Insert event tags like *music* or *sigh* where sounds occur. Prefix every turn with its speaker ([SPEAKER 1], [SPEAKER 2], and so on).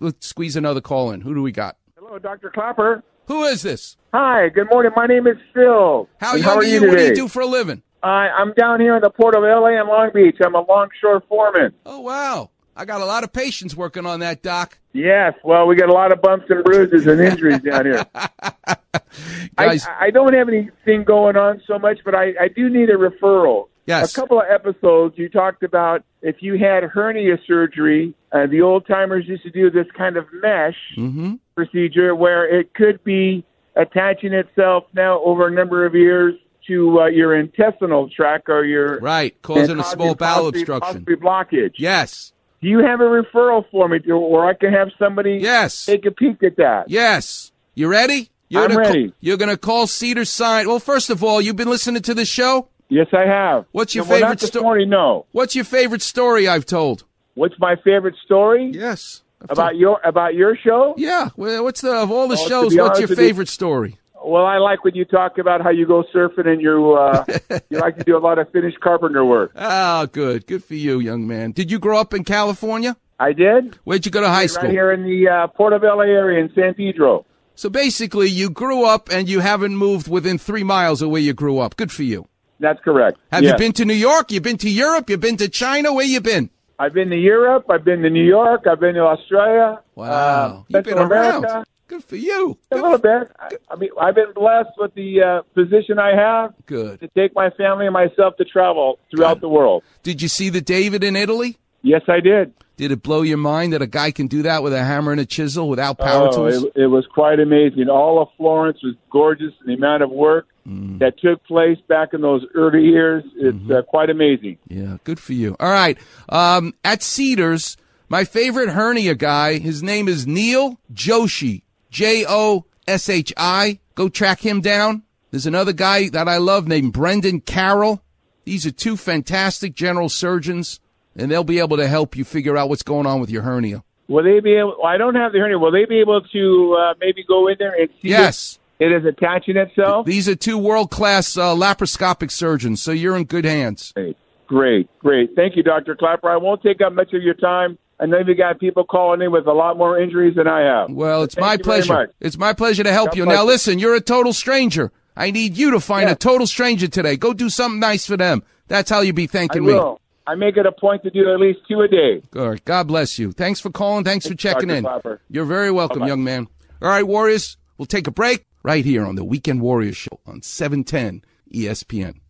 [SPEAKER 1] let's squeeze another call in. Who do we got?
[SPEAKER 2] Hello, Dr. Clapper.
[SPEAKER 1] Who is this?
[SPEAKER 2] Hi, good morning. My name is Phil.
[SPEAKER 1] How
[SPEAKER 2] And
[SPEAKER 1] young
[SPEAKER 2] are
[SPEAKER 1] are you?
[SPEAKER 2] today?
[SPEAKER 1] What do you do for a living?
[SPEAKER 2] I, I'm down here in the port of LA and Long Beach. I'm a longshore foreman.
[SPEAKER 1] Oh wow, I got a lot of patients working on that, Doc.
[SPEAKER 2] Yes, well, we got a lot of bumps and bruises and injuries
[SPEAKER 1] *laughs*
[SPEAKER 2] down here. I,
[SPEAKER 1] Guys,
[SPEAKER 2] I don't have anything going on so much, but I, I do need a referral.
[SPEAKER 1] Yes.
[SPEAKER 2] A couple of episodes you talked about if you had hernia surgery, uh, the old timers used to do this kind of mesh
[SPEAKER 1] Mm-hmm.
[SPEAKER 2] procedure where it could be attaching itself now over a number of years to uh, your intestinal tract or your
[SPEAKER 1] right, causing
[SPEAKER 2] and
[SPEAKER 1] a small bowel
[SPEAKER 2] possibly-
[SPEAKER 1] obstruction.
[SPEAKER 2] possibly blockage.
[SPEAKER 1] Yes,
[SPEAKER 2] Do you have a referral for me to where I can have somebody
[SPEAKER 1] yes,
[SPEAKER 2] take a peek at that?
[SPEAKER 1] yes. You ready? You're
[SPEAKER 2] I'm
[SPEAKER 1] gonna ca-
[SPEAKER 2] ready.
[SPEAKER 1] you're gonna call Cedar Sign. Well, first of all, you've been listening to this show.
[SPEAKER 2] Yes, I have.
[SPEAKER 1] What's your
[SPEAKER 2] No, well,
[SPEAKER 1] favorite
[SPEAKER 2] not this
[SPEAKER 1] sto-
[SPEAKER 2] morning, no.
[SPEAKER 1] What's your favorite story I've told?
[SPEAKER 2] What's my favorite story
[SPEAKER 1] Yes. I've
[SPEAKER 2] about
[SPEAKER 1] told-
[SPEAKER 2] your about your show?
[SPEAKER 1] yeah. Well, what's the of all the
[SPEAKER 2] Well, to
[SPEAKER 1] shows?
[SPEAKER 2] be
[SPEAKER 1] What's
[SPEAKER 2] honest
[SPEAKER 1] your
[SPEAKER 2] with you-
[SPEAKER 1] favorite story?
[SPEAKER 2] Well, I like when you talk about how you go surfing and
[SPEAKER 1] *laughs*
[SPEAKER 2] you uh, you like to do a lot of finished carpenter work.
[SPEAKER 1] Ah, good, good for you, young man. Did you grow up in California?
[SPEAKER 2] I did
[SPEAKER 1] Where'd you go to high
[SPEAKER 2] right
[SPEAKER 1] school?
[SPEAKER 2] here in the uh, Port of LA area in San Pedro.
[SPEAKER 1] So basically, you grew up and you haven't moved within three miles of where you grew up. Good for you.
[SPEAKER 2] That's correct.
[SPEAKER 1] Have you
[SPEAKER 2] Yes.
[SPEAKER 1] been to New York? You've been to Europe? You've been to China? Where you been?
[SPEAKER 2] I've been to Europe. I've been to New York. I've been to Australia.
[SPEAKER 1] Wow,
[SPEAKER 2] uh,
[SPEAKER 1] you've been
[SPEAKER 2] Central
[SPEAKER 1] around.
[SPEAKER 2] America.
[SPEAKER 1] Good for you.
[SPEAKER 2] A little bit. I, I mean, I've been blessed with the uh, position I have
[SPEAKER 1] Good.
[SPEAKER 2] to take my family and myself to travel throughout the world.
[SPEAKER 1] Did you see the David in Italy?
[SPEAKER 2] Yes, I did.
[SPEAKER 1] Did it blow your mind that a guy can do that with a hammer and a chisel without power
[SPEAKER 2] oh,
[SPEAKER 1] tools?
[SPEAKER 2] it, it was quite amazing. All of Florence was gorgeous. The amount of work
[SPEAKER 1] Mm.
[SPEAKER 2] that took place back in those early years, it's
[SPEAKER 1] Mm-hmm.
[SPEAKER 2] uh, quite amazing.
[SPEAKER 1] Yeah, good for you. All right. Um, at Cedars, my favorite hernia guy, his name is Neil Joshi. J O S H I. Go track him down. There's another guy that I love named Brendan Carroll. These are two fantastic general surgeons, and they'll be able to help you figure out what's going on with your hernia.
[SPEAKER 2] Will they be able, I don't have the hernia. Will they be able to uh, maybe go in there and see
[SPEAKER 1] Yes.
[SPEAKER 2] if it is attaching itself?
[SPEAKER 1] These are two world class uh, laparoscopic surgeons, so you're in good hands.
[SPEAKER 2] Great, great, great. Thank you, Dr. Clapper. I won't take up much of your time. I know you got people calling in with a lot more injuries than I have.
[SPEAKER 1] Well, it's
[SPEAKER 2] Thank
[SPEAKER 1] my
[SPEAKER 2] you very
[SPEAKER 1] pleasure.
[SPEAKER 2] much.
[SPEAKER 1] It's my pleasure to help
[SPEAKER 2] God
[SPEAKER 1] you.
[SPEAKER 2] bless
[SPEAKER 1] Now,
[SPEAKER 2] you.
[SPEAKER 1] listen, you're a total stranger. I need you to find
[SPEAKER 2] Yeah.
[SPEAKER 1] a total stranger today. Go do something nice for them. That's how you be
[SPEAKER 2] I
[SPEAKER 1] thanking me.
[SPEAKER 2] will. I make it a point to do at least two a day.
[SPEAKER 1] All right. God bless you. Thanks for calling. Thanks for checking
[SPEAKER 2] Dr.
[SPEAKER 1] in.
[SPEAKER 2] Clapper.
[SPEAKER 1] You're very welcome, young man. All right, E Warriors, we'll take a break right here on the Weekend Warriors Show on 710 ESPN.